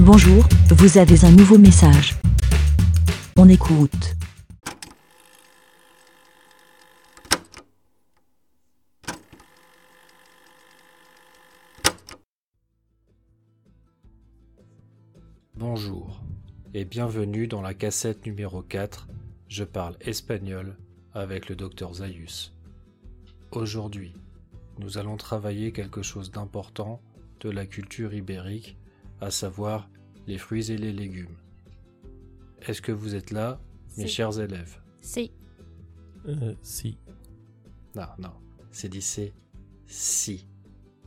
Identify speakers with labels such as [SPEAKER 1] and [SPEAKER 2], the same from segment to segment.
[SPEAKER 1] Bonjour, vous avez un nouveau message. On écoute.
[SPEAKER 2] Bonjour et bienvenue dans la cassette numéro 4. Je parle espagnol avec le docteur Zayus. Aujourd'hui, nous allons travailler quelque chose d'important de la culture ibérique, à savoir les fruits et les légumes. Est-ce que vous êtes là, mes
[SPEAKER 3] Si.
[SPEAKER 2] chers élèves
[SPEAKER 3] Sí,
[SPEAKER 4] Euh, si.
[SPEAKER 2] Non, non, c'est dit c'est si.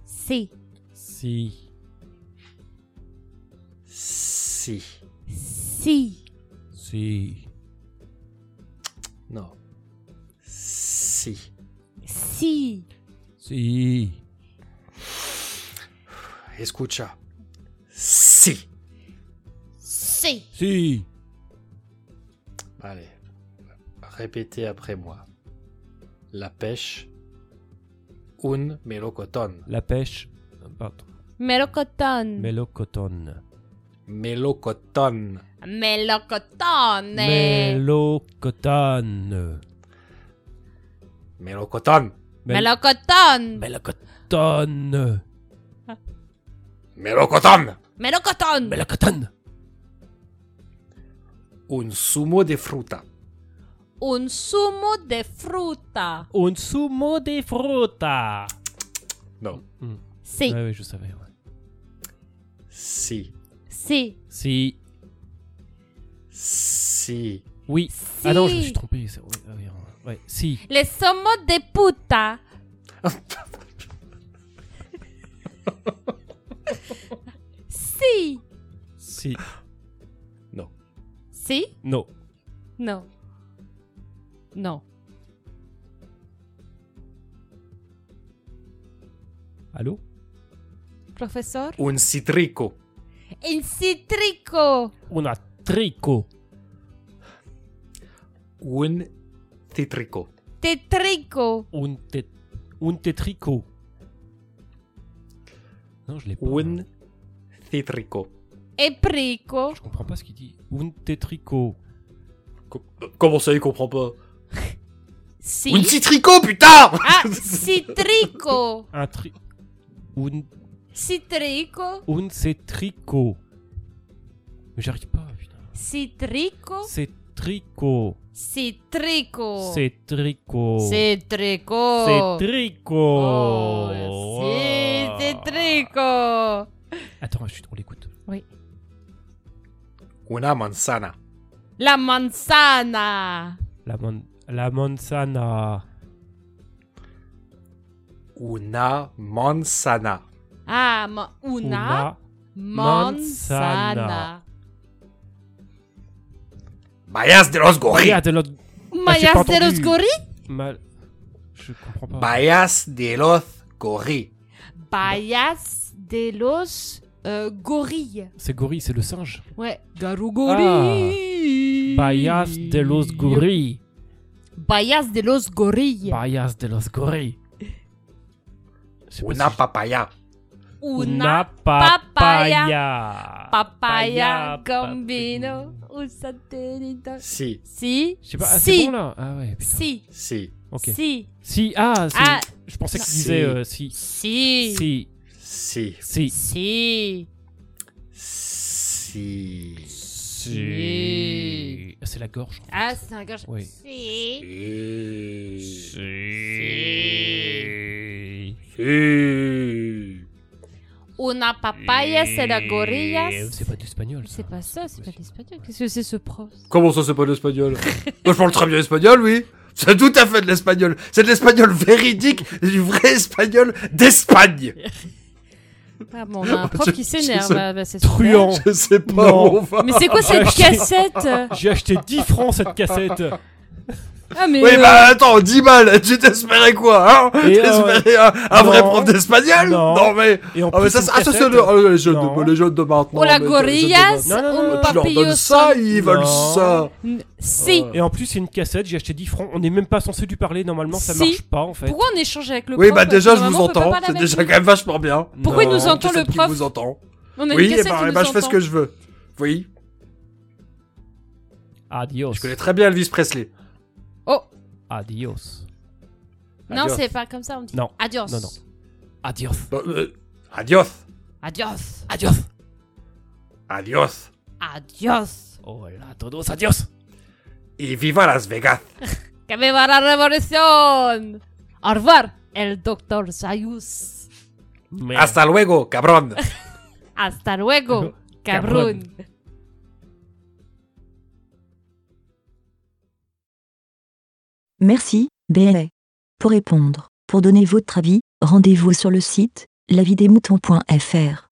[SPEAKER 3] sí,
[SPEAKER 4] Si.
[SPEAKER 2] Si.
[SPEAKER 3] sí,
[SPEAKER 4] Si.
[SPEAKER 2] Non. Si.
[SPEAKER 3] sí.
[SPEAKER 4] Si.
[SPEAKER 2] Escucha. Si.
[SPEAKER 3] Sí.
[SPEAKER 4] Si.
[SPEAKER 2] Allez, répétez après moi. La pêche. Un melocotón.
[SPEAKER 4] La pêche. euh, Pardon.
[SPEAKER 3] Mm. Melocotón.
[SPEAKER 4] Mélocotone.
[SPEAKER 2] Melocotón.
[SPEAKER 3] Melocotones.
[SPEAKER 4] Mélocotone.
[SPEAKER 2] Melocotón.
[SPEAKER 4] Mél-
[SPEAKER 3] Melocotón.
[SPEAKER 4] Mélocotone.
[SPEAKER 2] Melocotón.
[SPEAKER 3] Melocotón.
[SPEAKER 4] Mélocotone.
[SPEAKER 2] Un zumo de fruta.
[SPEAKER 3] Un zumo de fruta.
[SPEAKER 4] Un sumo de fruta.
[SPEAKER 2] Non.
[SPEAKER 4] Hmm.
[SPEAKER 3] Sí,
[SPEAKER 4] Ouais, ouais, je savais. ouais.
[SPEAKER 2] Si.
[SPEAKER 3] sí,
[SPEAKER 4] Si.
[SPEAKER 2] Si.
[SPEAKER 4] Oui.
[SPEAKER 3] sí.
[SPEAKER 4] Ah non, je me suis trompé. c'est- Ouais, ouais, ouais. Ouais, Si.
[SPEAKER 3] Les somos de puta. sí.
[SPEAKER 4] Si.
[SPEAKER 2] Non.
[SPEAKER 3] Sí.
[SPEAKER 4] Non.
[SPEAKER 3] No. No.
[SPEAKER 4] Allô
[SPEAKER 3] Profesor.
[SPEAKER 2] Un citrico.
[SPEAKER 3] En cítrico.
[SPEAKER 4] On a tricot.
[SPEAKER 2] Un citrico.
[SPEAKER 3] Tétrico.
[SPEAKER 4] Un, te... un tétrico. Non, je l'ai pas.
[SPEAKER 2] Un citrico.
[SPEAKER 3] Éprico.
[SPEAKER 4] Je comprends pas ce qu'il dit. Un tétrico.
[SPEAKER 2] Co- Comment ça, il comprend pas
[SPEAKER 3] Si.
[SPEAKER 2] Un citrico, putain
[SPEAKER 3] Ah, cítrico.
[SPEAKER 4] Un tri... Un...
[SPEAKER 3] Cítrico.
[SPEAKER 4] Un tétrico. Mais j'arrive pas, putain.
[SPEAKER 3] Cítrico.
[SPEAKER 4] C'est tricot.
[SPEAKER 3] Cítrico.
[SPEAKER 4] C'est tricot.
[SPEAKER 3] Cítrico.
[SPEAKER 4] tricot.
[SPEAKER 3] Oh, sí, cítrico.
[SPEAKER 4] Attends, chut, on l'écoute.
[SPEAKER 2] Una manzana.
[SPEAKER 3] La manzana.
[SPEAKER 4] La, man... La manzana.
[SPEAKER 2] Una manzana.
[SPEAKER 3] Ah, ma- una,
[SPEAKER 4] Una
[SPEAKER 3] manzana.
[SPEAKER 2] Bayas de los
[SPEAKER 4] Regarde l'autre. j'ai pas
[SPEAKER 3] Mayas de los
[SPEAKER 4] entendu.
[SPEAKER 3] gorillas.
[SPEAKER 4] Mal... Je comprends pas.
[SPEAKER 2] Bayas de los gorri.
[SPEAKER 3] Bayas de los euh, gorilles.
[SPEAKER 4] C'est gorille, c'est le singe.
[SPEAKER 3] Ouais.
[SPEAKER 4] Garugori. Bayas Ah, de los gorilles.
[SPEAKER 3] Bayas de los gorilles.
[SPEAKER 4] Bayas de los gorilles. Je sais pas
[SPEAKER 2] Una
[SPEAKER 4] si-
[SPEAKER 2] papaya.
[SPEAKER 4] Una papaya.
[SPEAKER 3] papaya. Papaya con vino. Un satélite.
[SPEAKER 2] Si,
[SPEAKER 3] Si.
[SPEAKER 4] Je sais pas, ah, c'est
[SPEAKER 3] si.
[SPEAKER 4] bon là Ah ouais, putain.
[SPEAKER 3] si.
[SPEAKER 2] si,
[SPEAKER 4] Ok.
[SPEAKER 3] Si.
[SPEAKER 4] Si, ah, c'est-
[SPEAKER 3] Ah.
[SPEAKER 4] je pensais qu'il
[SPEAKER 2] Si.
[SPEAKER 4] disait euh, si.
[SPEAKER 3] Si.
[SPEAKER 4] Si,
[SPEAKER 2] si,
[SPEAKER 4] si.
[SPEAKER 3] Si.
[SPEAKER 2] si.
[SPEAKER 4] Si. C'est la gorge. en fait.
[SPEAKER 3] Ah, c'est un gorge.
[SPEAKER 4] Oui.
[SPEAKER 3] Si.
[SPEAKER 2] Si.
[SPEAKER 4] Si.
[SPEAKER 2] Si.
[SPEAKER 3] Una papaya, c'est la gorilla.
[SPEAKER 4] Eh, C'est pas d'espagnol ça.
[SPEAKER 3] C'est pas ça, c'est pas l'espagnol. Qu'est-ce que c'est ce prof
[SPEAKER 2] Comment ça, c'est pas de l'espagnol Moi, je parle très bien espagnol, oui. C'est tout à fait de l'espagnol. C'est de l'espagnol véridique, du vrai espagnol d'Espagne.
[SPEAKER 3] Ah bon, on a un prof
[SPEAKER 2] Je-
[SPEAKER 3] qui
[SPEAKER 2] je
[SPEAKER 3] s'énerve.
[SPEAKER 2] sais-
[SPEAKER 3] bah, bah, c'est super.
[SPEAKER 4] Truand.
[SPEAKER 2] Je sais pas
[SPEAKER 4] Non.
[SPEAKER 2] où on va.
[SPEAKER 3] Mais c'est quoi cette cassette
[SPEAKER 4] J'ai acheté 10 francs cette cassette.
[SPEAKER 3] Ah mais
[SPEAKER 2] Oui,
[SPEAKER 3] euh,
[SPEAKER 2] bah attends, 10 balles, tu t'espérais quoi, hein
[SPEAKER 4] Et, euh,
[SPEAKER 2] T'espérais un, un vrai
[SPEAKER 4] non.
[SPEAKER 2] prof d'espagnol
[SPEAKER 4] Non.
[SPEAKER 2] mais...
[SPEAKER 4] Et en
[SPEAKER 2] Ah, mais
[SPEAKER 4] plus,
[SPEAKER 2] ça,
[SPEAKER 4] une
[SPEAKER 2] c'est- ah, ça, c'est
[SPEAKER 4] cassette.
[SPEAKER 2] le- oh, les, jeunes
[SPEAKER 4] Non.
[SPEAKER 2] de, les jeunes de maintenant.
[SPEAKER 3] Oh
[SPEAKER 2] mais les
[SPEAKER 3] la
[SPEAKER 2] jeunes de
[SPEAKER 3] gorillas,
[SPEAKER 2] maintenant.
[SPEAKER 4] Non, non, non,
[SPEAKER 2] Tu
[SPEAKER 4] non.
[SPEAKER 3] un
[SPEAKER 2] leur donnes
[SPEAKER 3] papillon.
[SPEAKER 2] ça, ils veulent
[SPEAKER 4] Non.
[SPEAKER 2] ça.
[SPEAKER 3] N- Si.
[SPEAKER 4] Et en plus, c'est une cassette, j'ai acheté 10 francs. On n'est même pas censé lui parler, normalement ça
[SPEAKER 3] Si.
[SPEAKER 4] marche pas en fait.
[SPEAKER 3] Pourquoi on échange avec le
[SPEAKER 2] Oui,
[SPEAKER 3] prof
[SPEAKER 2] bah déjà, je
[SPEAKER 3] Normalement,
[SPEAKER 2] vous
[SPEAKER 3] on peut pas
[SPEAKER 2] entends.
[SPEAKER 3] parler
[SPEAKER 2] C'est
[SPEAKER 3] avec
[SPEAKER 2] déjà
[SPEAKER 3] lui.
[SPEAKER 2] quand même vachement bien.
[SPEAKER 3] Pourquoi il
[SPEAKER 4] Non.
[SPEAKER 3] nous entend
[SPEAKER 2] Qu'est-ce
[SPEAKER 3] le
[SPEAKER 2] qu'il
[SPEAKER 3] prof
[SPEAKER 2] vous entend
[SPEAKER 3] On a
[SPEAKER 5] Oui,
[SPEAKER 3] une
[SPEAKER 5] eh
[SPEAKER 3] cassette
[SPEAKER 5] ben,
[SPEAKER 3] qui
[SPEAKER 5] eh
[SPEAKER 3] nous
[SPEAKER 5] ben, je fais ce
[SPEAKER 3] entend.
[SPEAKER 5] que je veux. Oui,
[SPEAKER 4] Adios.
[SPEAKER 2] Je connais très bien Elvis Presley.
[SPEAKER 3] Oh
[SPEAKER 4] Adios.
[SPEAKER 3] Non,
[SPEAKER 2] Adios.
[SPEAKER 3] c'est pas comme ça, on dit.
[SPEAKER 4] Non.
[SPEAKER 3] Adios.
[SPEAKER 4] Non, non. Adios.
[SPEAKER 5] Bon, euh, adios.
[SPEAKER 3] Adios.
[SPEAKER 4] Adios.
[SPEAKER 5] Adios.
[SPEAKER 3] Adios.
[SPEAKER 4] Hola a todos, adios.
[SPEAKER 5] Y viva Las Vegas.
[SPEAKER 3] Que viva la révolution Au revoir, el docteur Zayus. Eh.
[SPEAKER 4] Mais-
[SPEAKER 5] Hasta luego, cabrón.
[SPEAKER 3] Hasta luego,
[SPEAKER 4] Cabrón.
[SPEAKER 3] cabrón.
[SPEAKER 1] Merci, BLA. Pour répondre, pour donner votre avis, rendez-vous sur le site lavidemouton.fr.